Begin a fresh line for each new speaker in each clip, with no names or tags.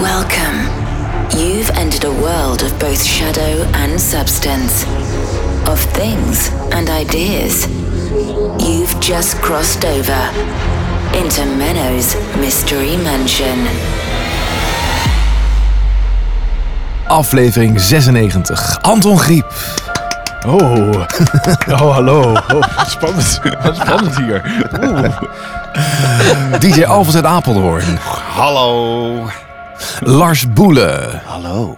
Welcome. You've entered a world of both shadow and substance, of things and ideas. You've just crossed over into Menno's Mystery Mansion.
Aflevering 96. Anton Griep.
Oh, oh hallo. Oh, wat spannend. Wat spannend hier. Oeh.
DJ Alvast uit Apeldoorn.
Hallo.
Lars Boele.
Hallo.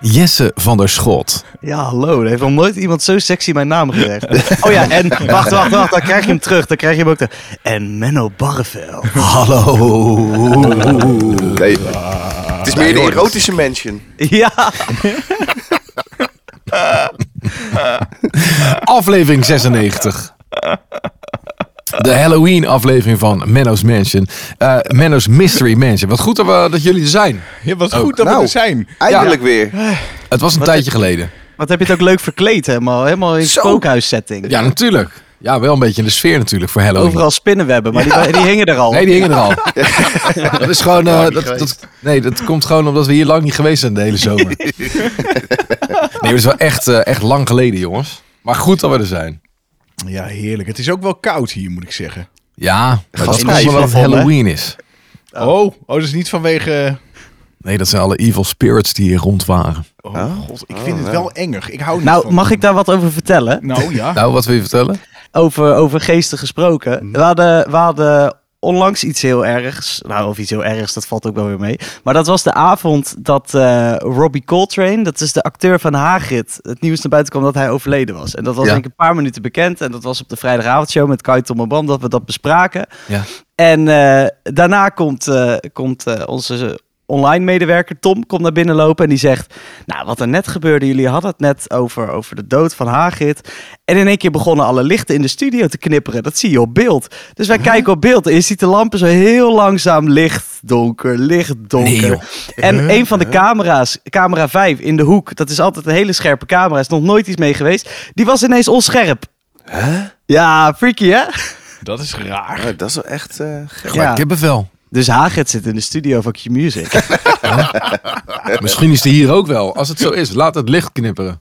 Jesse van der Schot.
Ja, hallo. Er heeft nog nooit iemand zo sexy mijn naam gezegd. Oh ja, en wacht, wacht, wacht. Dan krijg je hem terug. Dan krijg je hem ook terug. En Menno Barrevel.
Oh.
Hallo.
Nee, het is meer de erotische mansion.
Ja.
Aflevering 96. De Halloween aflevering van Menno's Mansion. Eh, Menno's Mystery Mansion. Wat goed dat, we, dat jullie er zijn.
Ja, wat goed dat we
Nou.
er zijn.
Eindelijk weer.
Het was een tijdje geleden.
Wat heb je het ook leuk verkleed helemaal. Helemaal in
Zo.
spookhuissetting.
Ja, natuurlijk. Ja, wel een beetje in de sfeer natuurlijk voor Halloween.
Overal spinnenwebben, maar die, die hingen er al.
Nee, die hingen er al. Dat is gewoon. eh, dat, dat, nee, dat komt gewoon omdat we hier lang niet geweest zijn de hele zomer. Nee, maar het is wel echt, eh, echt lang geleden, jongens. Maar goed dat we er zijn.
Ja, heerlijk. Het is ook wel koud hier, moet ik zeggen.
Ja, maar dat
Gast,
is
hij is
misschien
wel
wel wat
vol, hè?
Halloween is.
Oh, oh, dat is niet vanwege...
Nee, dat zijn alle evil spirits die hier rond waren.
Oh, god. Ik vind het wel enger. Ik hou niet
Nou,
van...
mag ik daar wat over vertellen?
Nou, ja.
Nou, wat wil je vertellen?
over, over geesten gesproken. We hadden, we hadden onlangs iets heel ergs. Nou, of iets heel ergs, dat valt ook wel weer mee. Maar dat was de avond dat eh, Robbie Coltrane, dat is de acteur van Hagrid, het nieuws naar buiten kwam dat hij overleden was. En dat was
Ja.
denk ik een paar minuten bekend. En dat was op de vrijdagavondshow met Kai Tom en Bram dat we dat bespraken.
Ja.
En eh, daarna komt, eh, komt eh, onze online medewerker Tom komt naar binnen lopen en die zegt... Nou, wat er net gebeurde, jullie hadden het net over, over de dood van Hagrid. En in één keer begonnen alle lichten in de studio te knipperen. Dat zie je op beeld. Dus wij kijken op beeld en je ziet de lampen zo heel langzaam licht, donker, licht, donker.
Nee, joh.
en een van de camera's, camera 5 in de hoek, dat is altijd een hele scherpe camera, is nog nooit iets mee geweest. Die was ineens onscherp. Ja, freaky hè?
Dat is raar.
Ja, dat is wel echt... eh, gek.
Gelijk
Ja.
kippenvel.
Dus Hagrid zit in de studio van Q-Music.
Misschien is die hier ook wel. Als het zo is, laat het licht knipperen.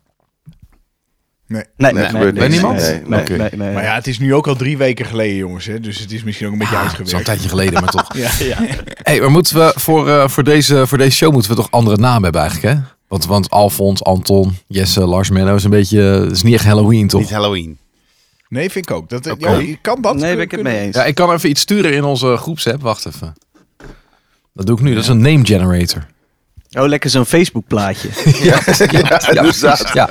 Nee.
Nee,
Nee, gebeurt
Bij niemand?
Nee, nee,
Oké.
nee, nee.
Maar ja, het is nu ook al drie weken geleden, jongens. Hè? Dus het is misschien ook een beetje
Het is al een
uitgewerkt.
tijdje geleden, maar toch.
Ja, ja.
hey, maar moeten we voor, eh, voor, deze, voor deze show moeten we toch andere namen hebben eigenlijk, hè? Want, want Alfons, Anton, Jesse, Lars, Menno is een beetje... eh, Het is niet echt Halloween, toch?
Niet Halloween.
Nee, vind ik ook. Dat, eh, ja, kan dat?
Nee, ben ik het mee eens.
Ja, ik kan even iets sturen in onze groepsapp. Wacht even. Dat doe ik nu. Dat is een name generator.
Oh, lekker zo'n Facebook plaatje.
Ja, ja,
inderdaad.
ja.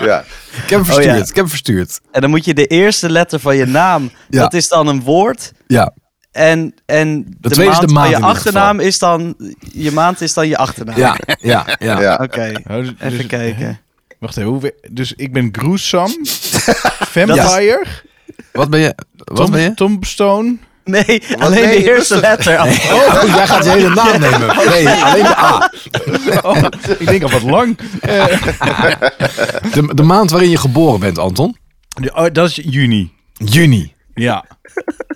Ja.
Ik heb hem
Oh,
verstuurd.
ja.
Ik heb hem verstuurd.
en dan moet je de eerste letter van je naam,
Ja.
dat is dan een woord.
Ja.
En, en de,
tweede is de maand
van
in
je
ieder
achternaam is dan, je maand is dan je achternaam.
Ja, ja, ja.
Ja.
Oké,
Oh, dus-
even
dus-
kijken.
Wacht even. Hoe, we- dus ik ben gruesome, vampire,
Wat ben je? Wat ben je?
Tom, Tombstone.
Nee, alleen
nee,
de eerste letter.
Oh, jij gaat je hele naam nemen. Nee, alleen de A.
Oh, ik denk al wat lang.
De, de maand waarin je geboren bent, Anton.
Ja, oh, dat is juni.
Juni.
Ja.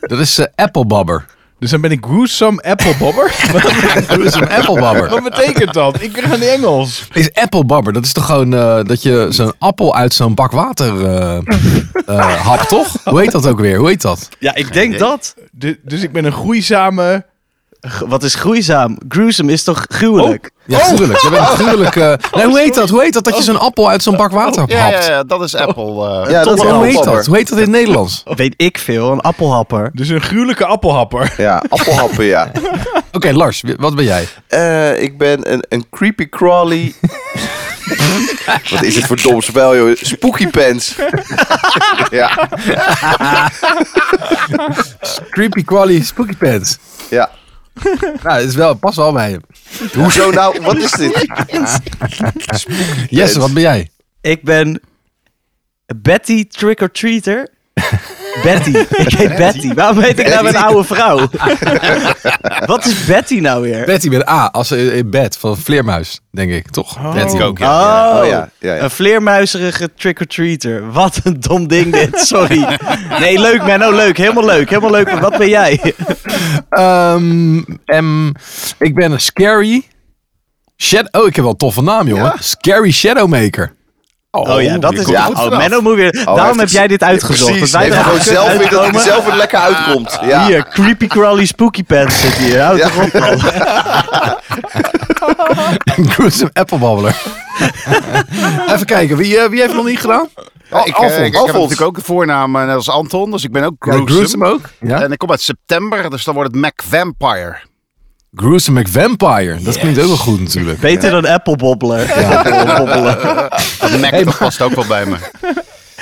Dat is eh, applebabber.
Dus dan ben ik gruesome applebobber.
Dat is een applebabber.
Wat betekent dat? Ik ben aan het Engels.
Is applebabber, dat is toch gewoon eh, dat je zo'n appel uit zo'n bak water eh eh, hapt, toch? Hoe heet dat ook weer? Hoe heet dat?
Ja, ik denk dat.
Du- dus ik ben een groeizame...
G- Wat is groeizaam? Gruesome is toch gruwelijk?
Oh.
Ja,
Oh!
gruwelijk. Je bent een gruwelijke... Nee, hoe heet dat? Hoe heet dat dat je zo'n appel uit zo'n bak water hapt?
Oh, Ja, ja, ja, dat is Apple. eh.
Ja,
Ja,
dat is wel
hoe heet dat?
appelhapper.
Hoe heet dat in het Nederlands?
Oh.
Weet ik veel, een appelhapper.
Dus een gruwelijke appelhapper.
Ja, appelhappen, ja.
Oké, Lars, wi- wat ben jij?
Eh, ik ben een, een creepy crawly... Wat is het voor dom spel, joh? Spooky pants. ja,
Creepy Crawly Spooky Pants.
ja.
Nou, het is wel, pas wel bij hem.
Hoezo nou? Wat is dit?
Jesse, wat ben jij?
Ik ben Betty Trick or Treater. Betty. Ik heet Betty. Waarom heet ik nou een oude vrouw? Wat is Betty nou weer?
Betty met A, als ze in bed van Vleermuis, denk ik, toch? Betty
Ik ook, ja.
Oh,
Oh ja, ja, ja.
een vleermuiserige trick-or-treater. Wat een dom ding dit, sorry. Nee, leuk Menno, leuk. Helemaal leuk, helemaal leuk. Maar wat ben jij?
Ehm, em, ik ben een Scary. Shad oh, ik heb wel een toffe naam, jongen. Scary Shadowmaker.
Oh ja, dat
je
is...
komt er
ja,
goed
oh,
vanaf.
Menno moet weer...
hij heeft
Daarom heb
het-
jij dit uitgezocht.
Precies,
dat wij
nee,
er
gewoon
goed
zelf weer dat
uitkomen.
hij er zelf weer lekker uitkomt. Ja.
Hier, creepy crawly spooky pants zit hier. Houd toch op, man.
Gruesome applebabbler. Even kijken, wie, eh, wie heeft het nog niet gedaan?
Ja,
Oh,
ik, eh,
Alfons.
ik- ik heb
Alfons.
natuurlijk ook een voornaam eh, net als Anton, dus ik ben ook gruesome.
Ja, gruesome ook. Ja.
En ik kom uit september, dus dan wordt het Mac Vampire.
Gruesome McVampire. Dat klinkt ook wel goed natuurlijk.
Beter dan appelbobbelen. Appelbobbelen.
Dat Mac dat past ook wel bij me.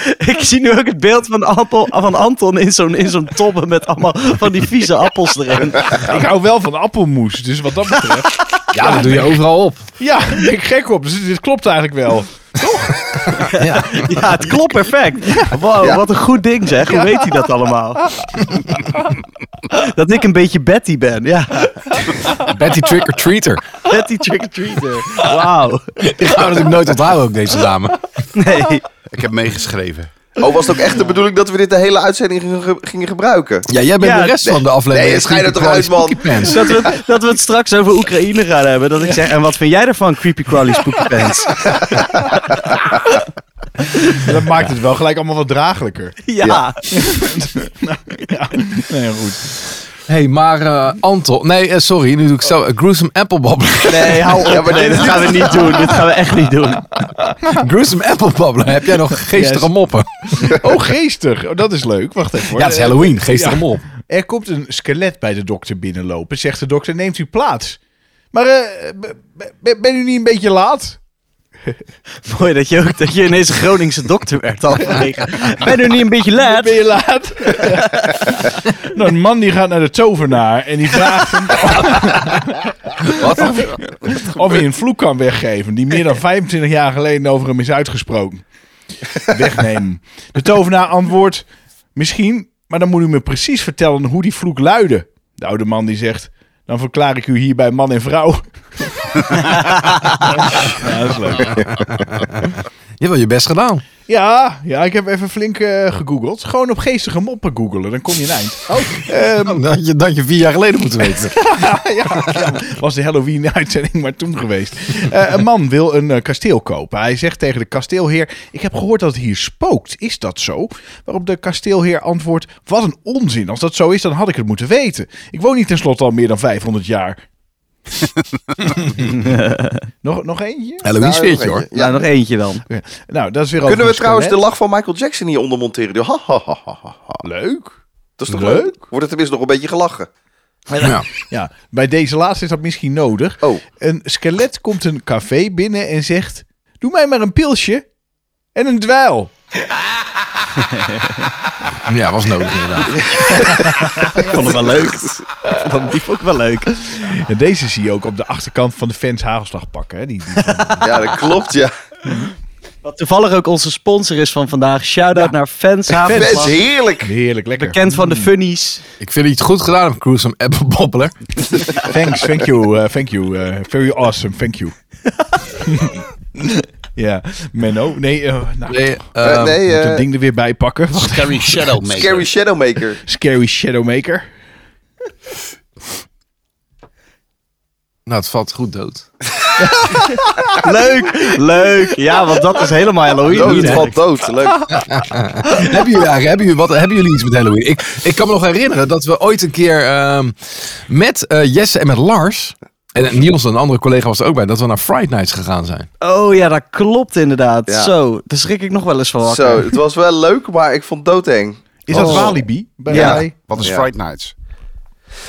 Ik zie nu ook het beeld van, appel, van Anton in zo'n in zo'n tobbe met allemaal van die vieze appels erin.
Ik hou wel van appelmoes, dus wat dat betreft.
Ja, dat doe je overal op.
ja, daar ben ik gek op. Dus dit klopt eigenlijk wel.
Ja, het klopt perfect. Wow,
Ja.
wat een goed ding zeg. Hoe weet hij dat allemaal? Dat ik een beetje Betty ben. Ja,
Betty Trick or Treater.
Betty trick-or-treater. Wauw.
Ik ga natuurlijk nooit onthouden ook deze dame.
Nee.
Ik heb meegeschreven.
Oh, was het ook echt de bedoeling dat we dit de hele uitzending gingen ge- gingen gebruiken?
Ja, jij bent
Ja,
de rest
nee.
van de aflevering.
Nee, het schijnt er toch uit, man.
Spooky Pants.
Dus Dat we, dat we het straks over Oekraïne gaan hebben. Dat ik zeg, en wat vind jij ervan, creepy crawly spooky pants?
Dat maakt het wel gelijk allemaal wat draaglijker.
Ja.
Nee, goed.
hey, maar eh, Anton... Nee, eh, sorry, nu doe ik zo... gruesome Applebabbler.
Nee, hou op.
Ja, maar
nee,
dit-
dit gaan we niet doen. Dit gaan we echt niet doen.
gruesome Applebabbler. Heb jij nog geestige
Yes.
moppen?
Oh, geestig. Oh, dat is leuk. Wacht even. hoor.
Ja, het is Halloween. Geestige
Ja.
mop.
Er komt een skelet bij de dokter binnenlopen. Zegt de dokter, neemt u plaats. Maar eh, b- b- b- ben u niet een beetje laat?
Mooi dat je, ook, dat je ineens een Groningse dokter werd halverwege. Ben er niet een beetje laat?
Ben je laat? nou, een man die gaat naar de tovenaar en die vraagt hem of, of hij een vloek kan weggeven die meer dan 25 jaar geleden over hem is uitgesproken. Wegnemen. De tovenaar antwoordt, misschien, maar dan moet u me precies vertellen hoe die vloek luidde. De oude man die zegt, dan verklaar ik u hierbij man en vrouw. ja, dat is leuk.
Je hebt wel je best gedaan.
Ja, ja, ik heb even flink eh, gegoogeld. Gewoon op geestige moppen googelen, dan kom je een eind.
Oh.
Ehm,
Dat had je, dat had je vier jaar geleden moeten weten.
ja, ja, was de Halloween-uitzending maar toen geweest. Eh, een man wil een eh, kasteel kopen. Hij zegt tegen de kasteelheer: Ik heb gehoord dat het hier spookt. Is dat zo? Waarop de kasteelheer antwoordt: Wat een onzin. Als dat zo is, dan had ik het moeten weten. Ik woon niet tenslotte al meer dan 500 jaar. nog, nog eentje?
Halloween sfeertje hoor.
Ja, nog eentje Nou, dan.
Oké. Nou, dat is weer
Kunnen we
over
trouwens de
skelet.
lach van Michael Jackson hier onder monteren? Die Ha, ha, ha, ha, ha, ha.
Leuk.
Dat is toch
Leuk.
leuk? Wordt er tenminste nog een beetje gelachen?
Ja.
Ja, bij deze laatste is dat misschien nodig.
Oh.
Een skelet komt een café binnen en zegt: Doe mij maar een pilsje en een dweil.
ja, was nodig inderdaad.
Ik vond het wel leuk. Dat liep ook wel leuk.
En deze zie je ook op de achterkant van de fans hagelslag pakken. Hè? Die, die-
Ja, dat klopt, ja.
Wat toevallig ook onze sponsor is van vandaag. Shout-out naar Fans Hmm.
Dat is
Havenslag.
heerlijk.
heerlijk, lekker.
Bekend van de funnies.
Ik vind dat je het goed gedaan hebt, Cruise van Apple Bobbler.
Thanks, thank you, eh, thank you. eh, very awesome, thank you. ja, Menno. Nee, eh, nou,
Nee,
Eh,
ehm,
nee,
moet
eh,
het ding er weer bij pakken. Wacht,
Scary Shadowmaker.
Scary Shadowmaker.
Scary Shadowmaker.
Nou, het valt goed dood.
Leuk, leuk. Ja, want dat is helemaal
Dood,
Halloween.
het
hè?
valt dood. Leuk.
hebben, jullie, eigenlijk- hebben, jullie, wat, hebben jullie iets met Halloween? Ik, ik kan me nog herinneren dat we ooit een keer ehm, met eh, Jesse en met Lars... En Niels, een andere collega, was er ook bij. Dat we naar Fright Nights gegaan zijn.
Oh ja, dat klopt inderdaad.
Ja.
Zo, daar schrik ik nog wel eens van wakker.
Zo, het was wel leuk, maar ik vond het doodeng.
Is dat
Oh.
Walibi? Bij
Ja.
mij?
Wat is
Ja.
Fright Nights?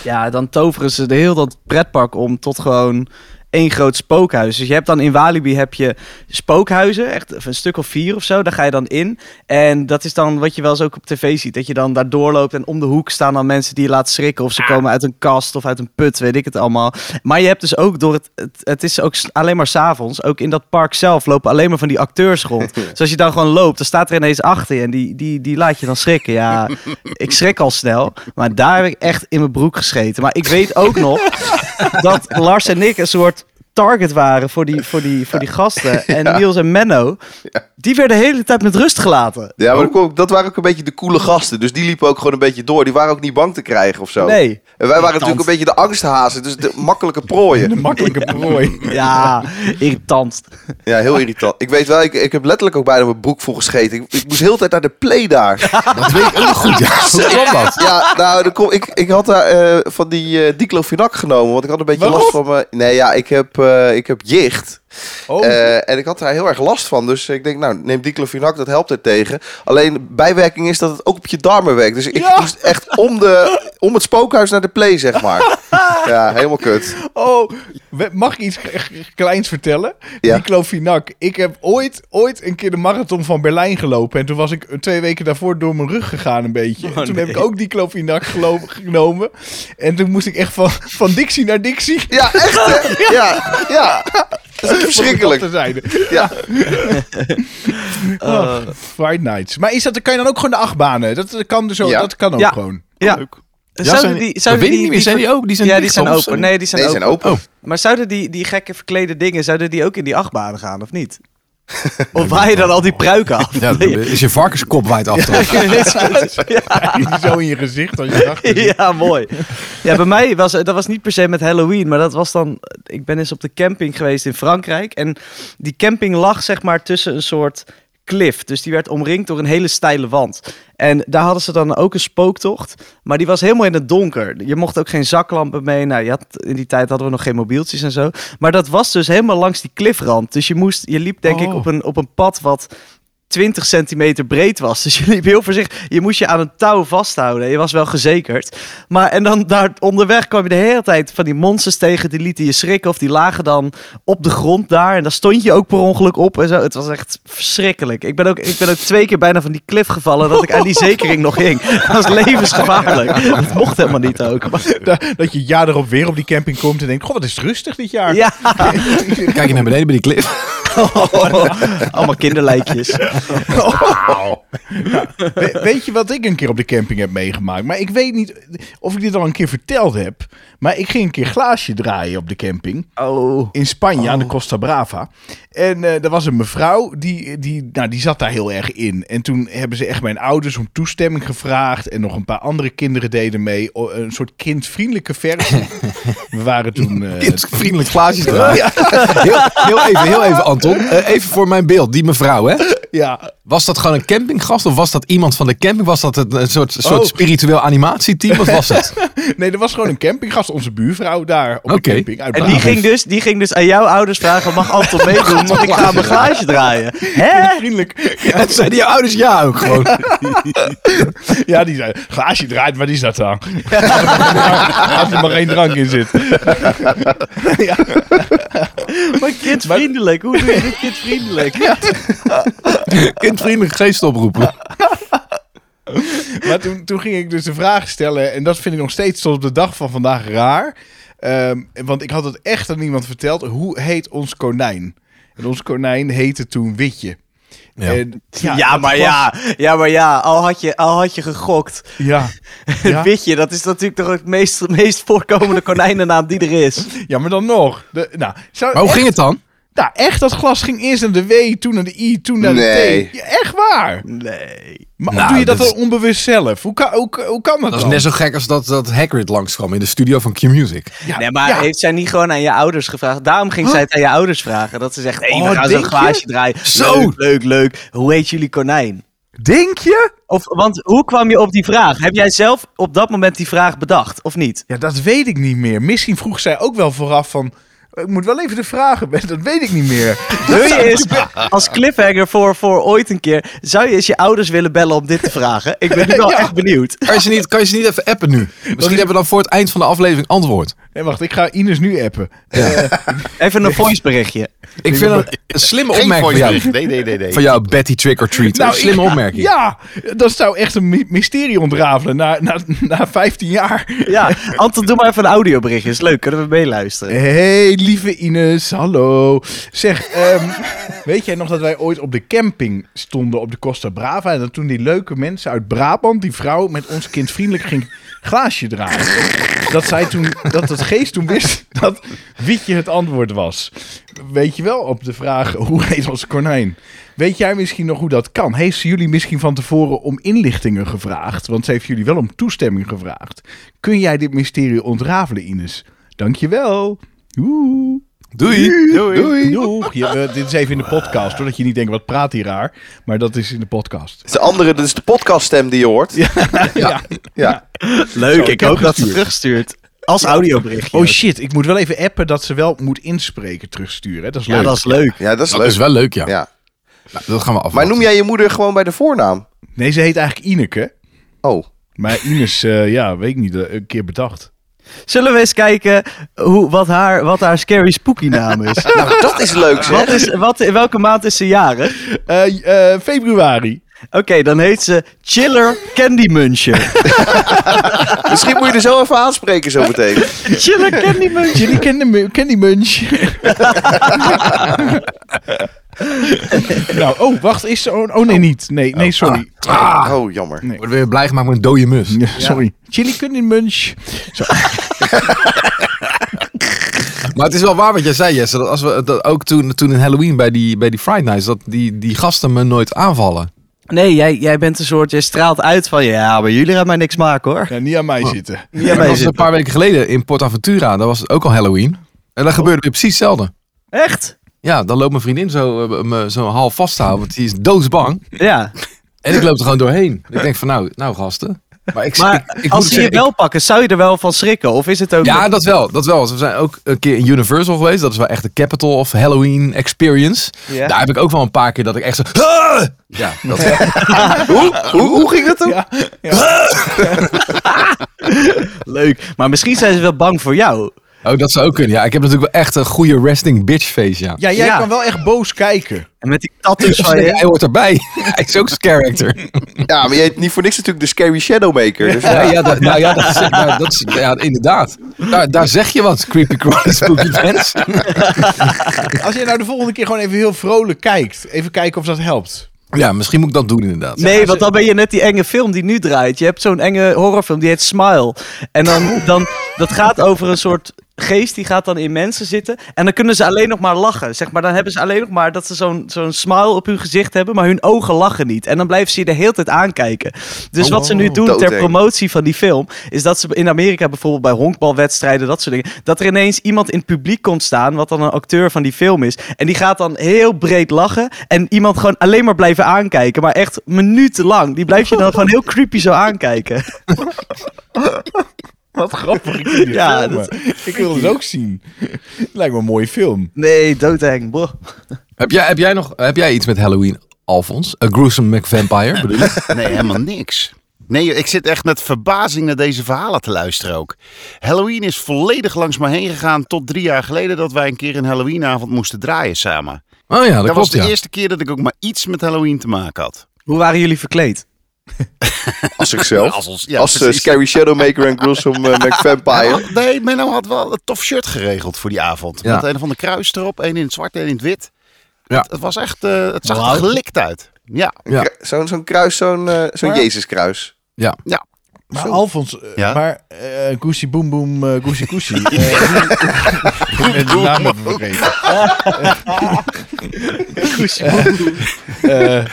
Ja, dan toveren ze de heel dat pretpark om tot gewoon één groot spookhuis. Dus je hebt dan in Walibi heb je spookhuizen, echt een stuk of vier of zo. Daar ga je dan in. En dat is dan wat je wel eens ook op tv ziet. Dat je dan daar doorloopt en om de hoek staan dan mensen die je laten schrikken. Of ze komen uit een kast of uit een put, weet ik het allemaal. Maar je hebt dus ook door het... Het, het is ook s- alleen maar s'avonds. Ook in dat park zelf lopen alleen maar van die acteurs rond. dus als je dan gewoon loopt, dan staat er ineens achter je. En die, die, die laat je dan schrikken. Ja, ik schrik al snel. Maar daar heb ik echt in mijn broek gescheten. Maar ik weet ook nog dat Lars en ik een soort target waren voor die, voor die, voor die gasten. En Niels en Menno, die werden de hele tijd met rust gelaten.
Ja, maar dat, kwam- dat waren ook een beetje de coole gasten. Dus die liepen ook gewoon een beetje door. Die waren ook niet bang te krijgen of zo.
Nee.
En wij waren natuurlijk een beetje de angsthazen. Dus de makkelijke prooien.
De makkelijke prooi.
Ja, irritant.
Ja, heel irritant. Ik weet wel, ik, ik heb letterlijk ook bijna mijn broek vol gescheten. Ik, ik moest heel de tijd naar de play daar.
Dat weet ik ook nog goed. Ja, hoe kwam dat?
Ja, nou, dan kom, ik, ik had daar eh, van die eh diclofenac genomen. Want ik had een beetje
Waarom?
last van mijn... Nee, ja, ik heb, eh, ik heb jicht.
Oh,
Eh, en ik had daar heel erg last van. Dus ik denk, nou, neem diclofenac, dat helpt er tegen. Alleen, bijwerking is dat het ook op je darmen werkt. Dus ik
Ja.
moest echt om, de, om het spookhuis naar de play, zeg maar. ja, helemaal kut.
Oh, we- mag ik iets g- g- kleins vertellen?
Ja.
Diclofenac. Ik heb ooit, ooit een keer de marathon van Berlijn gelopen. En toen was ik twee weken daarvoor door mijn rug gegaan een beetje.
Oh,
En toen heb ik ook diclofenac gelo- genomen. En toen moest ik echt van, van dictie naar dictie.
Ja, echt, hè? Ja, ja. Dat is echt verschrikkelijk. Eh.
Om dat Te zijn.
Ja.
Ach, Fright Oh, Nights. Maar is dat, dan kan je dan ook gewoon de achtbanen? Dat eh, kan, dus ook,
Ja.
dat kan ook
Ja.
gewoon.
Ja. Zouden
zijn-
die,
dat
zouden
weet ik niet meer. Zijn die ook- die zijn
ja, die
dicht Oh.
zijn
of zo?
open. Nee, die zijn
Nee, ze
open.
zijn open.
Maar zouden die, die gekke verklede dingen, zouden die ook in die achtbanen gaan of niet? Of waar je dan al die pruiken af?
Ja, dat is je varkenskop waait af. toch?
Ja. Zo in je gezicht als je erachter zit.
Ja, mooi. Ja, bij mij was dat was niet per se met Halloween, maar dat was dan. Ik ben eens op de camping geweest in Frankrijk. En die camping lag zeg maar tussen een soort klif. Dus die werd omringd door een hele steile wand. En daar hadden ze dan ook een spooktocht. Maar die was helemaal in het donker. Je mocht ook geen zaklampen mee. Nou, je had, in die tijd hadden we nog geen mobieltjes en zo. Maar dat was dus helemaal langs die klifrand. Dus je, moest, je liep denk ik
Oh.
op een, op een pad wat 20 centimeter breed was. Dus je liep heel voorzichtig. Je moest je aan een touw vasthouden. Je was wel gezekerd. Maar en dan daar onderweg kwam je de hele tijd van die monsters tegen. Die lieten je schrikken of die lagen dan op de grond daar. En daar stond je ook per ongeluk op en zo. Het was echt verschrikkelijk. Ik ben ook, ik ben ook twee keer bijna van die klif gevallen dat ik aan die zekering nog hing. Dat was levensgevaarlijk. Dat mocht helemaal niet ook. Maar-
Da- Dat je ja erop weer op die camping komt en denkt... Goh, wat is het rustig dit jaar.
ja,
Kijk je naar beneden bij die cliff.
allemaal kinderlijkjes.
We- weet je wat ik een keer op de camping heb meegemaakt? Maar ik weet niet of ik dit al een keer verteld heb. Maar ik ging een keer glaasje draaien op de camping.
Oh.
In Spanje, aan de Costa Brava. En eh er was een mevrouw, die, die, nou, die zat daar heel erg in. En toen hebben ze echt mijn ouders om toestemming gevraagd. En nog een paar andere kinderen deden mee. O- Een soort kindvriendelijke versie. We waren toen... eh,
Vriendelijk glaasjes draaien. Heel, heel even, heel even Anton. Eh, even voor mijn beeld. Die mevrouw, hè?
eh, ja,
Was dat gewoon een campinggast of was dat iemand van de camping? Was dat een, een soort, soort
Oh.
spiritueel animatieteam? Wat was het?
nee, er was gewoon een campinggast. Onze buurvrouw daar op
Oké.
de camping. uit
En die
Brabant.
ging, dus, die ging dus aan jouw ouders vragen: mag Anton meedoen? Want ik ga mijn glaasje draaien. Hè?
Vriendelijk.
En zeiden je ouders ja ook gewoon.
Ja, die zei, glaasje draait, maar die zat dan. Als er maar geen drank in zit. ja,
Maar kindvriendelijk, hoe doe je dit kindvriendelijk?
Kindvriendelijk geest oproepen.
maar toen, toen ging ik dus de vraag stellen, en dat vind ik nog steeds tot op de dag van vandaag raar. Ehm, want ik had het echt aan niemand verteld. Hoe heet ons konijn? En ons konijn heette toen Witje.
Ja.
En,
Ja,
dat
maar
was-
ja, ja, maar ja, al had je, al had je gegokt.
Ja, ja.
Weet je, dat is natuurlijk toch het meest, meest voorkomende konijnennaam die er is.
ja, maar dan nog. De, nou, zou,
Maar hoe
echt,
ging het dan?
nou, echt, dat glas ging eerst naar de W, toen naar de I, toen naar
Nee.
de T. Ja, echt waar.
Nee.
Maar
Nou,
doe je dat,
dat is-
dan onbewust zelf? Hoe kan, hoe, hoe kan dat,
Dat is
dan?
net zo gek als dat, dat Hagrid langskwam in de studio van Q-Music.
Ja,
nee, maar
ja.
heeft zij niet gewoon aan je ouders gevraagd? Daarom ging zij het aan je ouders vragen. Dat ze zegt, hé,
Oh,
we gaan
denk
zo'n
je?
glaasje draaien.
Zo.
Leuk, leuk, leuk. Hoe heet jullie konijn?
Denk je?
Of, want hoe kwam je op die vraag? Heb jij zelf op dat moment die vraag bedacht, of niet?
Ja, dat weet ik niet meer. Misschien vroeg zij ook wel vooraf van... Ik moet wel even de vragen, dat weet ik niet meer.
Wil je eens, als cliffhanger voor, voor ooit een keer, zou je eens je ouders willen bellen om dit te vragen? Ik ben nu wel echt benieuwd.
Kan je, ze niet, kan je ze niet even appen nu? Misschien hebben we dan voor het eind van de aflevering antwoord.
Nee, wacht, ik ga Ines nu appen.
Even een voiceberichtje.
Ik vind dat een slimme
Geen
opmerking van jou.
voicebericht. Nee, nee, nee. nee.
Van jou, Betty Trick or Treat.
Nou,
een slimme
ik-
opmerking.
Ja, dat zou echt een my- mysterie ontrafelen na, na, na 15 jaar.
Ja, Anton, doe maar even een audioberichtje. Is leuk, kunnen we meeluisteren.
Hey Lieve Ines, hallo. Zeg, ehm, weet jij nog dat wij ooit op de camping stonden op de Costa Brava... en dat toen die leuke mensen uit Brabant, die vrouw met ons kindvriendelijk ging glaasje dragen? Dat zij toen, dat het geest toen wist dat Wietje het antwoord was. Weet je wel, op de vraag hoe heet ons konijn? Weet jij misschien nog hoe dat kan? Heeft ze jullie misschien van tevoren om inlichtingen gevraagd? Want ze heeft jullie wel om toestemming gevraagd. Kun jij dit mysterie ontrafelen, Ines? Dankjewel. Oeh.
Doei.
Doei.
Doeg. Je, eh, dit is even in de podcast, hoor. Dat je niet denkt, wat praat hier raar. Maar dat is in de podcast.
is de andere, dat is de podcaststem die je hoort. Ja.
Ja.
Leuk, ik hoop dat ze terugstuurt. Als audioberichtje.
Oh shit, ik moet wel even appen dat ze wel moet inspreken terugsturen. hè. Dat is leuk.
ja, dat is leuk.
dat is
Dat
leuk.
is wel leuk, ja.
Ja.
Nou, dat gaan we af.
Maar noem jij je moeder gewoon bij de voornaam?
Nee, ze heet eigenlijk Ineke.
Oh,
Maar Ines, eh, ja, weet ik niet. eh, Een keer bedacht.
Zullen we eens kijken hoe, wat, haar, wat haar scary spooky naam is?
nou dat is leuk zeg.
wat is wat, in welke maand is ze jaren?
Eh, eh, februari.
Oké, dan heet ze Chiller Candy Muncher.
Misschien moet je er zo even aanspreken zo meteen.
Chiller Candy Muncher.
Jullie kennen me- Candy Munch. nou, oh, wacht. Is ze... Oh, oh, nee, niet. Nee, nee, sorry.
ah,
Ah.
Oh, jammer.
Ik word weer blij gemaakt met een dode mus.
Ja, Sorry. Chili Candy Munch.
Maar het is wel waar wat jij zei, Jesse. Dat als we dat ook toen, toen in Halloween bij die, bij die Friday Nights, dat die, die gasten me nooit aanvallen.
Nee, jij, jij bent een soort, jij straalt uit van ja, maar jullie gaan mij niks maken hoor.
Ja, niet aan
Oh.
mij zitten.
Ja,
dat was een paar weken geleden in Port Aventura. Dat was ook al Halloween. En dat gebeurde weer precies hetzelfde.
Echt?
Ja, dan loopt mijn vriendin zo, eh, me zo half vast te houden, want die is doodsbang.
Ja.
En ik loop er gewoon doorheen. Ik denk van nou, nou gasten. Maar, ik,
Maar
ik, ik
als
moet
ze je
zeggen, ik-
wel pakken, zou je er wel van schrikken? Of is het ook...
Ja, dat wel, dat wel. Ze zijn ook een keer in Universal geweest. Dat is wel echt de capital of Halloween experience.
Ja.
Daar heb ik ook wel een paar keer dat ik echt zo... "Ah!" Ja, dat
Hoe, hoe, hoe ging dat toen?
leuk. Maar misschien zijn ze wel bang voor jou.
Oh, dat zou ook kunnen. Ja, ik heb natuurlijk wel echt een goede resting bitch face, ja.
Ja, jij
Ja.
kan wel echt boos kijken.
En met die tattoos van
Nee, Hij
je.
hoort erbij. Hij is ook zijn character.
Ja, maar je heet niet voor niks natuurlijk de Scary Shadowmaker. Dus
Ja, ja, dat, nou ja, dat, is- nou, dat is, ja inderdaad. Daar, daar zeg je wat, creepy crawly spooky fans.
Als jij nou de volgende keer gewoon even heel vrolijk kijkt. Even kijken of dat helpt.
Ja, misschien moet ik dat doen inderdaad.
Nee, want dan ben je net die enge film die nu draait. Je hebt zo'n enge horrorfilm, die heet Smile. En dan, dan, dat gaat over een soort geest, die gaat dan in mensen zitten. En dan kunnen ze alleen nog maar lachen. Zeg maar, dan hebben ze alleen nog maar dat ze zo'n zo'n smile op hun gezicht hebben, maar hun ogen lachen niet. En dan blijven ze je de hele tijd aankijken. Dus wat ze nu doen ter
doodeng.
promotie van die film, is dat ze in Amerika bijvoorbeeld bij honkbalwedstrijden, dat soort dingen, dat er ineens iemand in het publiek komt staan, wat dan een acteur van die film is. En die gaat dan heel breed lachen en iemand gewoon alleen maar blijven aankijken, maar echt minutenlang. Die blijf je dan gewoon heel creepy zo aankijken.
Wat grappig. Ik, vind dit
Ja,
filmen.
dat
ik wil het ook zien. Lijkt me een mooie film.
Nee, doodeng. boh.
Heb, jij, heb, jij nog, heb jij iets met Halloween, Alfons? A gruesome McVampire? bedoel ik?
Nee, helemaal niks. Nee, ik zit echt met verbazing naar deze verhalen te luisteren ook. Halloween is volledig langs me heen gegaan tot drie jaar geleden dat wij een keer een Halloweenavond moesten draaien samen. Dat,
Oh ja, dat,
was
klopt
de
ja.
eerste keer dat ik ook maar iets met Halloween te maken had.
Hoe waren jullie verkleed?
als zichzelf.
Als
Als,
ons- ja,
eh,
precies.
Scary Shadowmaker en Gruesome eh,
Ah,
McVampire.
Ah, Nee, Menno had wel een tof shirt geregeld voor die avond.
Ja.
Met een van de kruis erop, één in het zwart, één in het wit.
Ja.
Het, het was echt, eh, het zag
Wauw.
er gelikt uit. Ja,
Ja.
Kru- Zo'n zo'n kruis, zo'n eh, zo'n
Maar-
Jezuskruis.
ja.
ja.
Maar Alfons, eh,
Ja?
maar eh Goosey Boom Boom eh Goosey Goosey. Eh, die- ik ben de naam even vergeten. Eh,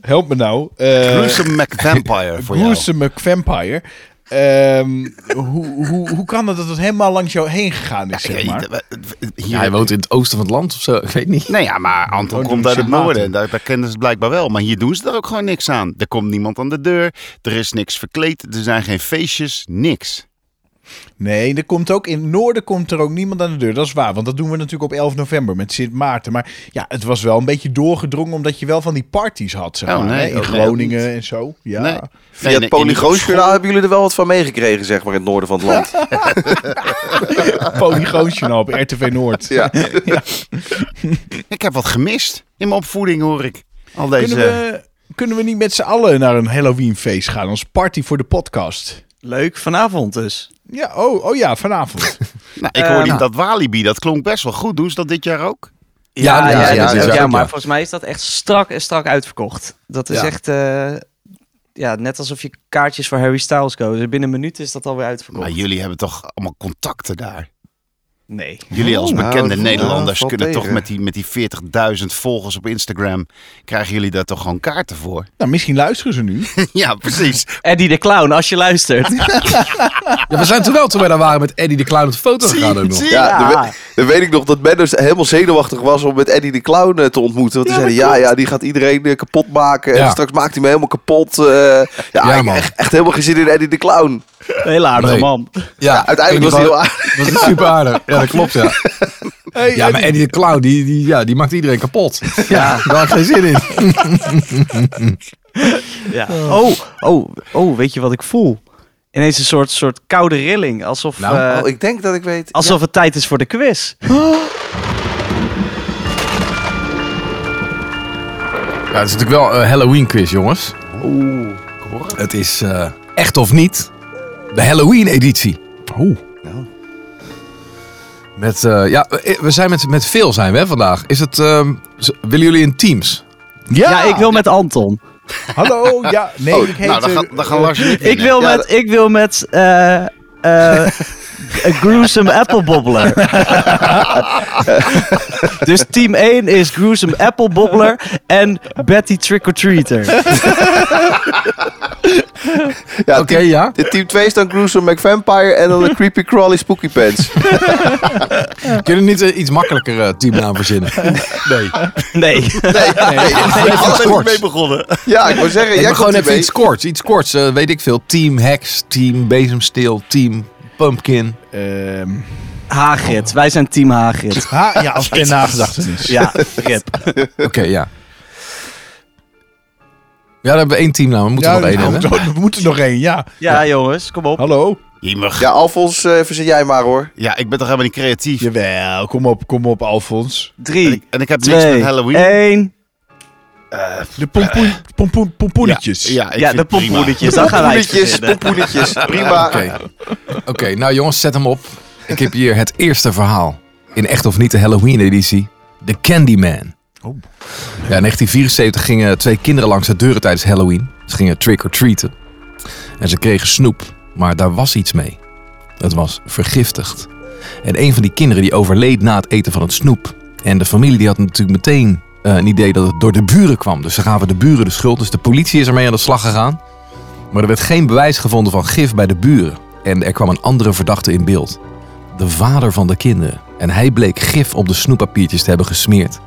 help me nou. Eh
Gruesome McVampire voor jou.
Gruesome McVampire. Ehm, hoe, hoe, hoe kan het dat het helemaal langs jou heen gegaan is, zeg maar?
Ja,
Hier-
hij woont in het oosten van het land of zo. Ik weet niet.
Nee, ja, maar Anton
Oh,
komt
doen
uit
ze
het
maten.
noorden. en Daar, daar kennen ze het blijkbaar wel. Maar hier doen ze er ook gewoon niks aan. Er komt niemand aan de deur. Er is niks verkleed. Er zijn geen feestjes. Niks.
Nee, er komt ook in het noorden komt er ook niemand aan de deur. Dat is waar, want dat doen we natuurlijk op 11 november met Sint Maarten. Maar ja, het was wel een beetje doorgedrongen omdat je wel van die parties had, zeg
Oh,
maar,
nee,
hè, in
ook nee,
Groningen
ook niet.
en zo. Ja.
Nee.
Via het Polygoonjournaal hebben jullie er wel wat van meegekregen, zeg maar, in het noorden van het land.
Polygoonjournaal op RTV Noord.
Ja.
Ik heb wat gemist. In mijn opvoeding hoor ik. Al deze...
Kunnen, we, kunnen we niet met z'n allen naar een Halloweenfeest gaan als party voor de podcast?
Leuk, vanavond dus.
Ja, oh, oh ja, vanavond.
Nou, ik hoorde dat Walibi, dat klonk best wel goed. Doen ze dat dit jaar ook?
Ja, ja, ja,
dat is
ja,
ook-
ja.
maar volgens mij is dat echt strak, strak uitverkocht. Dat is
Ja.
echt eh, ja, net alsof je kaartjes voor Harry Styles koopt. Dus binnen een minuut is dat alweer uitverkocht.
Maar jullie hebben toch allemaal contacten daar?
Nee.
Jullie als
Nou,
bekende
dat-
Nederlanders
ja, valt
kunnen toch
tegen.
met die, met die 40.000 volgers op Instagram... krijgen jullie daar toch gewoon kaarten voor?
nou, misschien luisteren ze nu.
ja, precies.
Eddie de Clown, als je luistert.
Ja, we zijn toen wel, toen wij daar waren met Eddie de Clown op de foto gegaan ook nog.
Ja, Dan,
Ja.
we- dan weet ik nog dat Ben dus helemaal zenuwachtig was om met Eddie de Clown eh, te ontmoeten. Want die zeiden, ja, ja, die gaat iedereen eh, kapot maken.
Ja.
En straks maakt hij me helemaal kapot. eh, ja,
Ja,
ik-
man.
Echt, echt helemaal geen zin in Eddie de Clown.
Heel aardige
Nee.
man.
Ja,
uiteindelijk was hij heel
was het super aardig. Ja, dat klopt, ja. Ja, maar Eddie de Clown, die, die, ja, die maakt iedereen kapot. Ja, daar had ik geen zin in.
Ja. Oh, oh, oh, weet je wat ik voel? Ineens een soort, soort koude rilling. Alsof,
Nou,
eh,
Oh, ik denk dat ik weet.
alsof het tijd is voor de quiz.
Ja, het is natuurlijk wel een Halloween quiz, jongens. Oeh, het is eh, echt of niet de Halloween editie. Oeh. Met, eh, ja, we zijn met, met veel zijn we hè, vandaag. Is het, ehm, z- willen jullie in teams?
Ja, ik wil met Anton.
Hallo, ja, nee, ik heet...
nou, dan,
eh,
gaan dan gaan Lars en ik
Ik
winnen.
wil
Ja,
met, ik wil met eh, eh, een Gruesome Apple Bobbler. dus team 1 is Gruesome Apple Bobbler en Betty Trick or Treater.
Ja,
Oké,
team,
ja.
de team 2 is dan Gruesome McVampire en dan de Creepy Crawly Spooky Pants.
Kunnen we niet een iets makkelijker eh, teamnaam verzinnen? Nee.
Nee.
Nee,
Ik
Even iets
ben niet
korts.
mee begonnen.
ja, ik wou zeggen,
Ik
jij
ben gewoon
komt
even
ermee.
iets korts. Iets korts, eh, weet ik veel. Team Hex, Team Bezemsteel, Team Pumpkin.
ehm,
Hagrid. Wij zijn team Hagrid.
ha, ja, als Ben nagedachtenis.
Ja, Rip.
Oké, ja. Ja, dan hebben we één teamnaam. We moeten
Ja,
er nog één
nou,
hebben.
we moeten nog één, ja.
Ja, jongens, kom op.
Hallo.
Jemig.
Ja, Alfons, eh, verzin jij maar hoor.
Ja, ik ben toch helemaal niet creatief.
Jawel, kom op, kom op, Alfons.
En
3,
ik, en ik heb niks met
2,
Halloween.
1.
De pompoen, pompoen, pompoenetjes.
Ja, ja, ik
Ja,
vind
de
het prima.
pompoenetjes. Dan gaan wij het
Poeletjes,
verzinnen.
poepoenetjes. Prima.
Oké, Oké, nou jongens, zet hem op. Ik heb hier het eerste verhaal. In echt of niet de Halloween-editie. The Candyman.
Oh.
Ja, in 1974 gingen twee kinderen langs de deuren tijdens Halloween. Ze gingen trick-or-treaten. En ze kregen snoep. Maar daar was iets mee. Het was vergiftigd. En een van die kinderen die overleed na het eten van het snoep. En de familie die had natuurlijk meteen eh, een idee dat het door de buren kwam. Dus ze gaven de buren de schuld. Dus de politie is ermee aan de slag gegaan. Maar er werd geen bewijs gevonden van gif bij de buren. En er kwam een andere verdachte in beeld. De vader van de kinderen. En hij bleek gif op de snoeppapiertjes te hebben gesmeerd.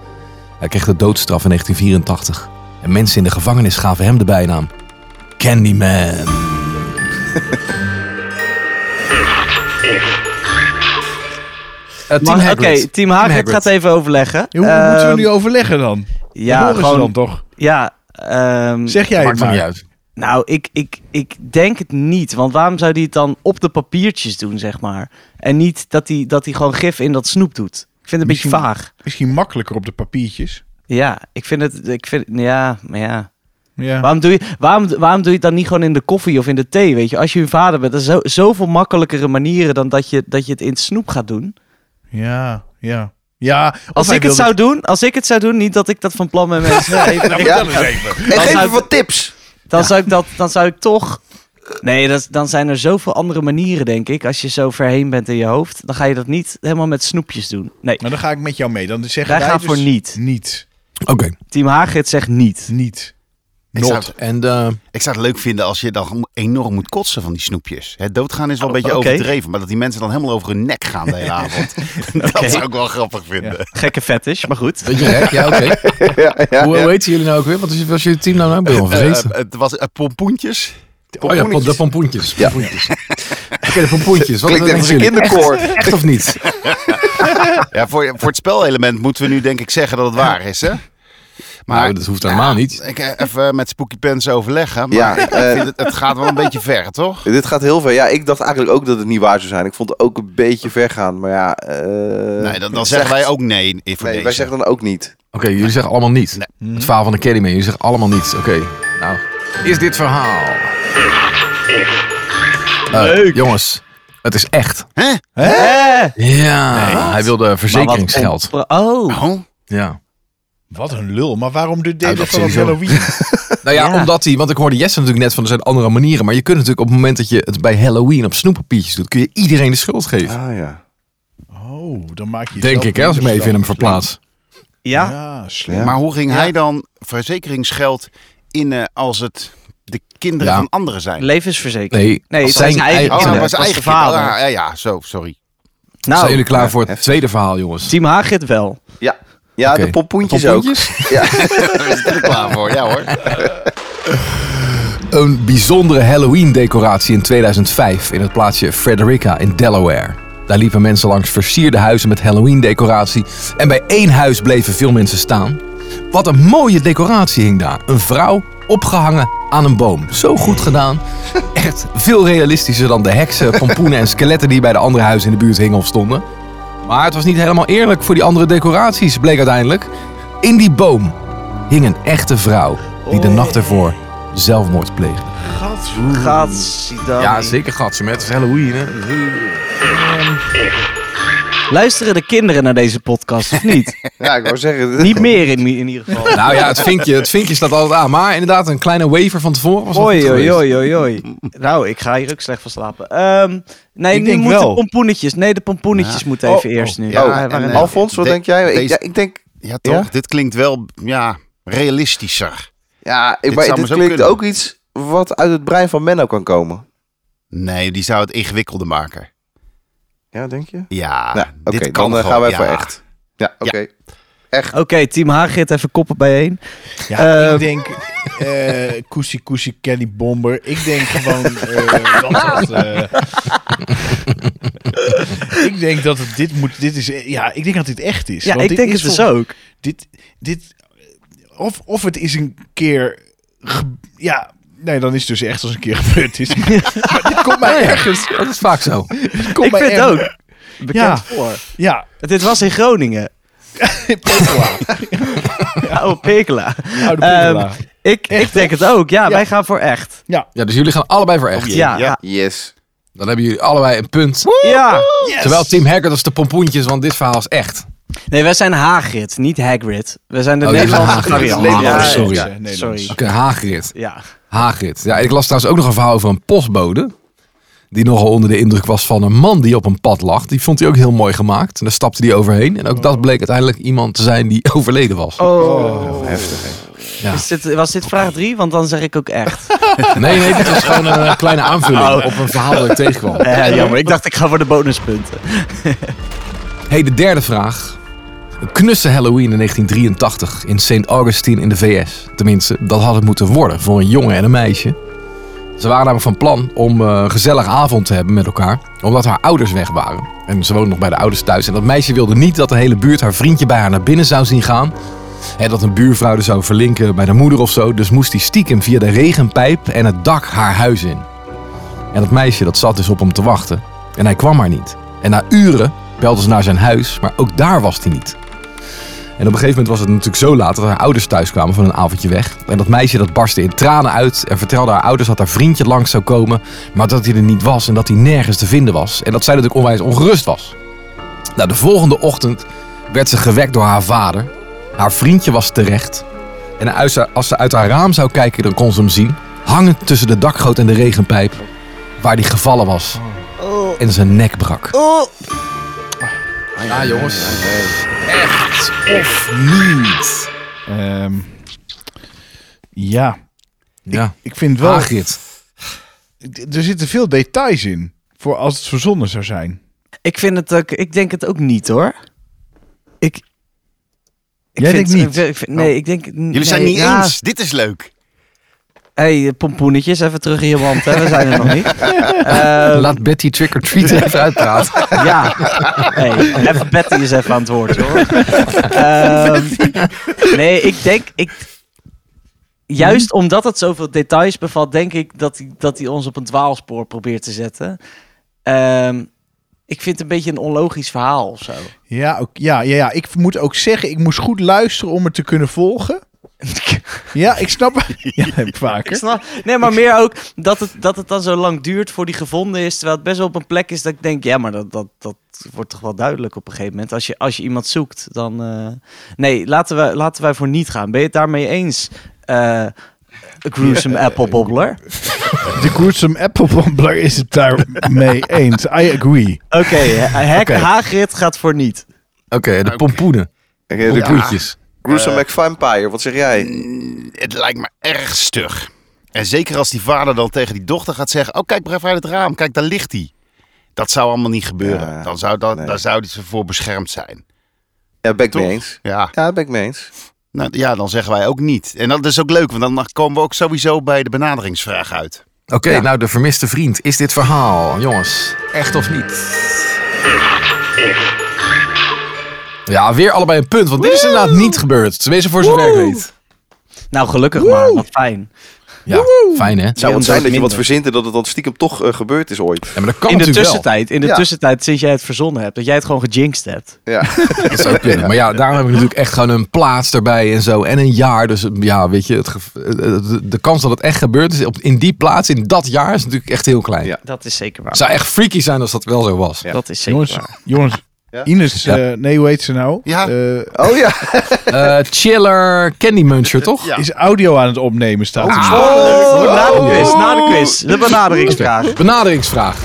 Hij kreeg de doodstraf in 1984. En mensen in de gevangenis gaven hem de bijnaam Candyman. Eh, Team
Mag- Oké,
Hagrid.
team Hagrid
Hagrid.
gaat even overleggen.
Hoe moeten we
Ehm,
nu overleggen dan? Ja,
Ja,
horen ze dan
gewoon...
toch?
Ja, ehm,
Zeg jij
Maakt
het
hem
maar.
niet uit.
Nou, ik, ik, ik denk het niet. Want waarom zou die het dan op de papiertjes doen, zeg maar? En niet dat hij dat die gewoon gif in dat snoep doet. Ik vind het een
Misschien-
beetje vaag.
Misschien makkelijker op de papiertjes.
Ja, ik vind het... Ik vind, ja, maar ja.
Ja.
Waarom doe, je, waarom, waarom doe je het dan niet gewoon in de koffie of in de thee, weet je? Als je hun vader bent, er zijn zo, zoveel makkelijkere manieren dan dat je, dat je het in het snoep gaat doen.
Ja, ja. Ja, of
Als
hij
ik het
wilde-
zou doen, als ik het zou doen, niet dat ik dat van plan ben, mensen. Nee,
Ja.
Nou, vertel eens even.
En geef
zou
me
ik-
wat tips.
Dan, zou ik dat, dan zou ik toch. Nee, dat, dan zijn er zoveel andere manieren, denk ik. Als je zo verheen bent in je hoofd, dan ga je dat niet helemaal met snoepjes doen. Nee,
Maar dan ga ik met jou mee. Dan zeggen
wij gaan
dus
voor niet.
Niet.
Oké.
Team Hagrid zegt niet.
Niet.
Ik zou,
Not. En eh,
ik zou het leuk vinden als je dan enorm moet kotsen van die snoepjes. Het doodgaan is wel
Oh,
een beetje
oké.
overdreven, maar dat die mensen dan helemaal over hun nek gaan de hele avond. Dat zou ik wel grappig vinden.
Gekke fetish, maar goed.
weet je gek? Ja, oké. hoe, hoe heten jullie nou ook weer? Wat is, was jullie team nou nou? Ik ben al
Eh,
vergeten.
het was eh, pompoentjes.
oh ja, de pompoentjes. pompoentjes. Oké, de pompoentjes. Wat
Klinkt
denken
echt als een
jullie?
kinderkoor.
Echt of niet?
Ja, voor, voor het spelelement moeten we nu denk ik zeggen dat het waar is, hè?
Maar Nou, dat hoeft helemaal niet.
Ik eh, even met Spooky Pants overleggen, maar
Ja,
ik
eh,
vind het, het gaat wel een beetje ver, toch?
Dit gaat heel ver. Ja, ik dacht eigenlijk ook dat het niet waar zou zijn. Ik vond het ook een beetje ver gaan. Maar ja, eh,
Nee, dan, dan zeggen wij ook nee voor
nee,
deze.
wij zeggen dan ook niet.
Oké, jullie zeggen allemaal niet. Het verhaal van de Candyman. Jullie zeggen allemaal niet. Oké, nou. Is dit verhaal? Eh, Jongens, Het is echt.
Hè?
Hè?
Ja, hij wilde
Maar wat
verzekeringsgeld.
ontpro- Oh,
Oh,
Ja.
Wat een lul. Maar waarom de
Ja,
delen
dat
van
sowieso.
Halloween?
Nou ja,
Ja.
omdat hij, want ik hoorde Jesse natuurlijk net van er zijn andere manieren. Maar je kunt natuurlijk op het moment dat je het bij Halloween op snoepapiertjes doet, kun je iedereen de schuld geven.
Ah ja.
Oh, dan maak je
Denk
jezelf
ik, hè, als ik me
minder
even in hem
slim.
verplaats.
ja.
Ja, slim.
Ja.
Maar hoe ging hij dan verzekeringsgeld innen als het de kinderen
Ja.
van anderen zijn?
Levensverzekering.
Nee,
Nee,
als
het zijn eigen
Oh,
kinderen.
hij
dat
was
was
eigen
de vader.
kind. Ah, ja, ja, zo, sorry.
Zijn
Nou,
jullie klaar voor het tweede verhaal, jongens?
Team Hagrid wel.
Ja, ja
Oké.
de poppoentjes,
Pompoentjes?
ook. Ja, daar is ik er klaar voor. Ja hoor.
Een bijzondere Halloween-decoratie in 2005 in het plaatsje Frederica in Delaware. Daar liepen mensen langs versierde huizen met Halloween-decoratie. En bij één huis bleven veel mensen staan. Wat een mooie decoratie hing daar. Een vrouw opgehangen aan een boom. Zo goed gedaan. Echt veel realistischer dan de heksen, pompoenen en skeletten die bij de andere huizen in de buurt hingen of stonden. Maar het was niet helemaal eerlijk voor die andere decoraties, bleek uiteindelijk. In die boom hing een echte vrouw die de nacht ervoor zelfmoord pleegde.
Gadsidam.
Ja, zeker gatsen. Met het is Halloween, hè.
Luisteren de kinderen naar deze podcast of niet?
Ja, ik wou zeggen.
niet meer in, in ieder geval.
Nou ja, het vinkje, het vinkje staat altijd aan. Maar inderdaad, een kleine waver van tevoren was nog goed
Oei, oei,
geweest.
oei, oei, oei. Nou, ik ga hier ook slecht van slapen. Ehm, nee,
Ik
nu
denk
moeten
wel.
pompoenetjes. Nee, de pompoenetjes moeten
Oh,
even
oh.
eerst nu.
Ja,
Ja,
en,
waarom-
eh,
Alfons, wat
De-
denk jij? Ik,
deze-
ja, ik denk.
Ja, toch?
Ja?
Dit klinkt wel ja, realistischer.
Ja, ik,
Dit
maar
zou dit maar zo
klinkt
kunnen.
ook iets wat uit het brein van Menno kan komen.
Nee, die zou het ingewikkelder maken.
Ja, denk je?
Ja,
nou, oké,
dit kan
dan eh,
gewoon,
gaan wij
ja.
voor echt. Ja, oké. Echt.
Oké, team Hagrid, even koppen bijeen.
Ja,
Ehm.
ik denk eh Koesie Koesie Kelly Bomber. Ik denk gewoon... eh, wat was, eh, ik denk dat het dit moet... Dit is, ja, ik denk dat dit echt is.
Ja,
Want
ik
dit
denk
is
het dus
vol-
ook.
Dit, dit, of, of het is een keer... ge- ja, nee, dan is het dus echt als een keer gebeurd is. maar dit komt mij
Ja,
ergens.
ja, dat is vaak zo.
dit komt
Oh Ik
mij
vind het
ergens-
ook. Bekend
Ja.
voor.
Ja,
Dit was in Groningen.
Pekola.
Oh, Pekela.
Oude Pekola.
Ehm, ik, ik denk het ook. Ja, wij gaan voor echt.
Ja, dus jullie gaan allebei voor echt.
Oh, Ja.
Ja. Yes.
Dan hebben jullie allebei een punt.
Ja.
Yes.
Zowel Team Haggard als de pompoentjes, want dit verhaal is echt.
Nee, wij zijn Hagrid, niet Hagrid. We zijn de
Oh, jullie
Nederlandse
zijn Hagrid.
variant.
Oh,
Ja,
sorry.
Nederlands,
ja.
eh, Nederlands.
Sorry.
Oké, Hagrid.
Ja.
Hagrid. Ja, ik las trouwens ook nog een verhaal over een postbode. Die nogal onder de indruk was van een man die op een pad lag. Die vond hij ook heel mooi gemaakt. En daar stapte hij overheen. En ook dat bleek uiteindelijk iemand te zijn die overleden was.
Oh.
Ja.
Is dit, was dit vraag drie? Want dan zeg ik ook echt.
Nee, nee, dit was gewoon een eh, kleine aanvulling
Oh.
op een verhaal dat ik tegenkwam.
Eh, jammer, ik dacht ik ga voor de bonuspunten.
Hey, de derde vraag. Een knusse Halloween in 1983 in St. Augustine in de VS. Tenminste, dat had het moeten worden voor een jongen en een meisje. Ze waren namelijk van plan om eh, een gezellige avond te hebben met elkaar, omdat haar ouders weg waren. En ze woonde nog bij de ouders thuis. En dat meisje wilde niet dat de hele buurt haar vriendje bij haar naar binnen zou zien gaan. Hè, dat een buurvrouw er zou verlinken bij de moeder of zo. Dus moest die stiekem via de regenpijp en het dak haar huis in. En dat meisje dat zat dus op hem te wachten. En hij kwam maar niet. En na uren belde ze naar zijn huis, maar ook daar was hij niet. En op een gegeven moment was het natuurlijk zo laat dat haar ouders thuis kwamen van een avondje weg. En dat meisje dat barstte in tranen uit en vertelde haar ouders dat haar vriendje langs zou komen, maar dat hij er niet was en dat hij nergens te vinden was. En dat zij natuurlijk onwijs ongerust was. Nou, de volgende ochtend werd ze gewekt door haar vader. Haar vriendje was terecht. En uit haar- als ze uit haar raam zou kijken, dan kon ze hem zien. Hangend tussen de dakgoot en de regenpijp, waar die gevallen was en zijn nek brak.
Oh.
Ja, jongens. Echt of niet?
Ehm, ja,
Ja,
ik vind wel...
Hagrid.
D- Er zitten veel details in. Voor als het verzonnen zou zijn.
Ik vind het ook, ik denk het ook niet hoor. Ik. ik
Jij
vind-
denkt niet?
ik vind- ik vind- nee, ik denk. Jullie
Jullie zijn niet eens. Dit is leuk.
Hé, hey, pompoenetjes, even terug in je mand. Hè. We zijn er nog niet. Ehm,
Laat Betty Trick or Treat even uitpraten.
ja. Hey, even Betty is even aan het woord hoor. Ehm, nee, ik denk. Ik, juist omdat het zoveel details bevat, denk ik dat hij dat hij ons op een dwaalspoor probeert te zetten. Ehm, ik vind het een beetje een onlogisch verhaal of zo.
Ja, ook, ja, ja, ja, ik moet ook zeggen, ik moest goed luisteren om het te kunnen volgen. Ja, ik snap. Ja, dat heb ik vaker.
Ik snap- Nee, maar meer ook dat het, dat het dan zo lang duurt voor die gevonden is. Terwijl het best wel op een plek is dat ik denk, ja, maar dat, dat, dat wordt toch wel duidelijk op een gegeven moment. Als je, als je iemand zoekt, dan. eh, Nee, laten, we, laten wij voor niet gaan. Ben je het daarmee eens? Eh gruesome
eh,
apple bobbler.
De gruesome apple bobbler is het daarmee eens. I agree.
Oké, eh, Hek- Hagrid gaat voor niet.
de
Nou,
pompoenen.
Oké, de
Pompoentjes.
Gruesome
Eh,
McVampire, wat zeg
mm,
jij?
Het lijkt me erg stug. En zeker als die vader dan tegen die dochter gaat zeggen... Oh, kijk maar even uit het raam. Kijk, daar ligt hij. Dat zou allemaal niet gebeuren.
Ja,
dan zou dat,
nee.
Daar zouden ze voor beschermd zijn.
Ja, ben ik mee
Toch?
eens.
Ja.
Ja, ben ik mee eens.
Nou, ja, dan zeggen wij ook niet. En dat is ook leuk, want dan komen we ook sowieso bij de benaderingsvraag uit.
Oké, nou de vermiste vriend. Is dit verhaal, jongens, echt of niet? Ja, weer allebei een punt, want dit is inderdaad niet gebeurd. Tenminste, voor zover ik weet.
Nou, gelukkig maar. Wat fijn.
Ja, fijn hè?
Zou het
ons
zijn
ook
dat je wat
minder.
verzint en dat het dan stiekem toch eh, gebeurd is ooit?
Ja, maar dat kan
In de
natuurlijk
tussentijd, in de
Ja.
tussentijd, sinds jij het verzonnen hebt, dat jij het gewoon gejinxed hebt.
Ja.
wel. Dat zou kunnen. Maar ja, daarom heb ik natuurlijk echt gewoon een plaats erbij en zo. En een jaar. Dus ja, weet je, het gev- eh, eh, de- de kans dat het echt gebeurd is op, in die plaats, in dat jaar, is natuurlijk echt heel klein.
Ja.
Dat is zeker
Het
waar.
zou echt freaky zijn als dat wel zo was.
Ja.
Dat is zeker
Jongens,
waar.
jongens.
Ja?
Ines,
Ja.
eh, nee, hoe heet ze nou?
Ja.
Eh,
Oh ja.
Eh, chiller, Candy Muncher, toch?
Ja.
is audio aan het opnemen, staat er.
Oh, na de quiz, na de quiz. De benaderingsvraag.
Benaderingsvraag.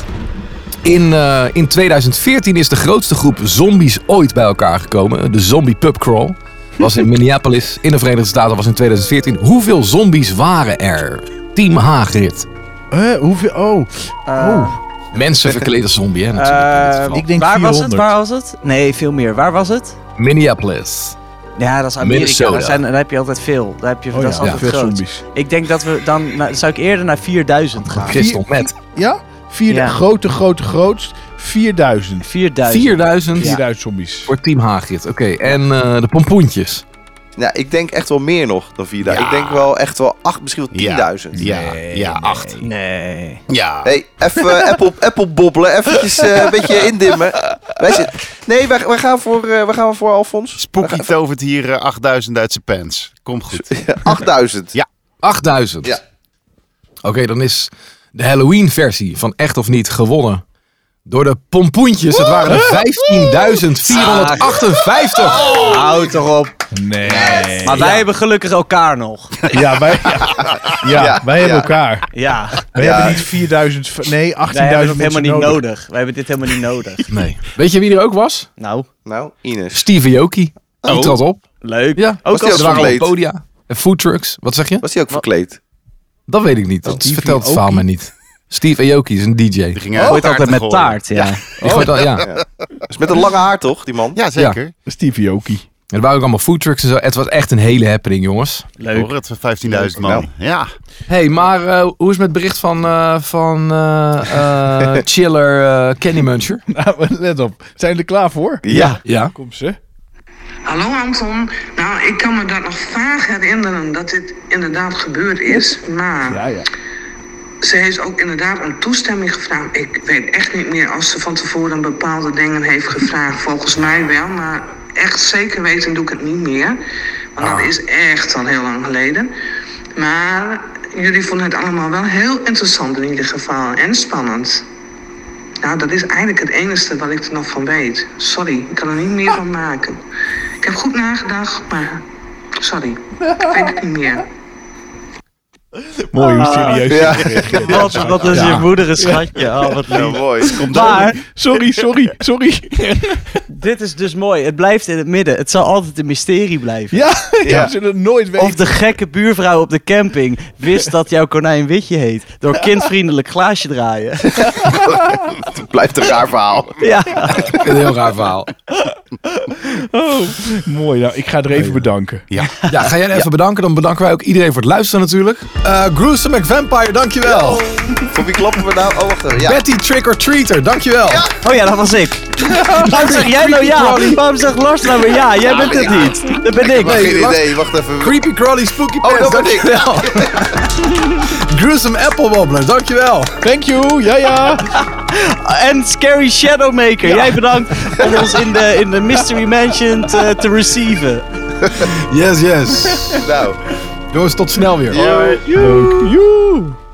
In, eh, in 2014 is de grootste groep zombies ooit bij elkaar gekomen. De Zombie Pub Crawl. Was in Minneapolis, in de Verenigde Staten, was in 2014. Hoeveel zombies waren er? Team Hagrid.
Eh, hoeveel? Oh,
Eh,
oh.
Mensen verkleed als zombie, hè? Natuurlijk, in dit geval.
ik denk
Ehm, Waar was het?
400.
Waar was het? Nee, veel meer. Waar was het?
Eh,
Minneapolis.
Ja, dat is Amerika.
Minnesota.
Daar, zijn, daar heb je altijd veel. Daar heb je,
Oh
dat
ja,
is altijd
veel
groot.
zombies.
Ik denk dat we dan, nou, zou ik eerder naar 4000 gaan.
Christel, met
Ja? Vier,
Ja.
Grote, grote, grootst. 4000.
4000.
4000
4000 zombies.
voor Team Hagrid. Oké, en eh, de pompoentjes.
Ja, ik denk echt wel meer nog dan 4000.
Ja.
Ik denk wel echt wel acht, misschien wel 10.000.
Ja, ja, ja acht.
Nee.
Ja.
Hey, even eh, Apple, Apple bobbelen, eventjes eh, een beetje indimmen. Wij zit... Nee, wij, wij, gaan voor, eh wij gaan voor Alfons.
Spooky tovert hier eh, 8000 uit zijn pants. Kom goed.
8000.
Ja.
8000.
Ja.
Oké, dan is de Halloween-versie van Echt of Niet gewonnen door de pompoentjes. Het waren er 15.458.
Hou toch op.
Nee.
Maar wij hebben gelukkig elkaar nog.
Ja, wij, ja, ja,
Ja,
wij hebben
ja.
elkaar.
Ja.
Wij
Ja.
hebben niet 4000, v- nee, 18.000
Wij hebben het helemaal
mensen
niet nodig. Wij hebben dit helemaal niet nodig.
Nee. Weet je wie er ook was?
Nou,
Nou, Ines.
Steve Aoki. Die
Oh.
trad op.
leuk.
Ja.
Ook
Was die
als
Er waren al
verkleed?
podia. En foodtrucks. Wat zeg je?
Was hij ook verkleed?
Dat weet ik niet. Dat
Steve
vertelt het verhaal
Aoki?
me niet. Steve Aoki is een DJ.
Die
Die
gingen
gooit
taarten
altijd met
gooien.
taart, ja.
gooit al, ja. En
Is met een lange haar toch, die man?
Ja, zeker.
Steve Yoki.
er waren ook allemaal foodtrucks en zo. Het was echt een hele happening, jongens.
Ik Hoor
Leuk.
het van 15.000 man. Ja.
hey, maar eh, hoe is het met het bericht van, eh, van eh, eh, Chiller eh, Candy Muncher?
Nou, let op. Zijn jullie er klaar voor?
Ja.
Ja.
Kom ze.
Hallo Anton. Nou, ik kan me dat nog vaag herinneren dat dit inderdaad gebeurd is. Maar
Ja, ja.
ze heeft ook inderdaad om toestemming gevraagd. Ik weet echt niet meer als ze van tevoren bepaalde dingen heeft gevraagd. Volgens mij wel, maar echt zeker weten doe ik het niet meer. Want dat is echt al heel lang geleden. Maar jullie vonden het allemaal wel heel interessant in ieder geval. En spannend. Nou, dat is eigenlijk het enige wat ik er nog van weet. Sorry, ik kan er niet meer van maken. Ik heb goed nagedacht, maar sorry, ik weet het niet meer.
Mooi hoe serieus.
Ja.
Wat, wat is je moeder een schatje. Oh, wat
Ja,
lief.
mooi.
Maar
Sorry, sorry, sorry.
Dit is dus mooi. Het blijft in het midden. Het zal altijd een mysterie blijven.
Ja, ja. we zullen het nooit weten.
Of de gekke buurvrouw op de camping wist dat jouw konijn Witje heet. Door kindvriendelijk glaasje draaien.
Het blijft een raar verhaal.
Ja,
Een heel raar verhaal.
Mooi, nou, ik ga er even bedanken.
Ja, ga jij even bedanken. Dan bedanken wij ook iedereen voor het luisteren natuurlijk. Eh Gruesome McVampire, dankjewel.
Voor wie klappen we nou? Oh, wacht even. Ja.
Betty Trick or Treater, dankjewel.
oh ja, dat was ik. Waarom zeg jij nou ja? Waarom zegt Lars nou weer ja? Jij bent het niet. Dat ben
Wacht,
ik.
geen idee. Wacht even.
Creepy Crawly Spooky Pants,
Oh, dat ben ik.
dankjewel. Gruesome Apple Wobbler, dankjewel.
Thank you, ja, ja.
En Scary Shadowmaker, jij bedankt om ons in de, in de Mystery Mansion te, te receiven.
Yes, yes.
Nou,
Jongens, tot snel weer.
Ja.
Joe!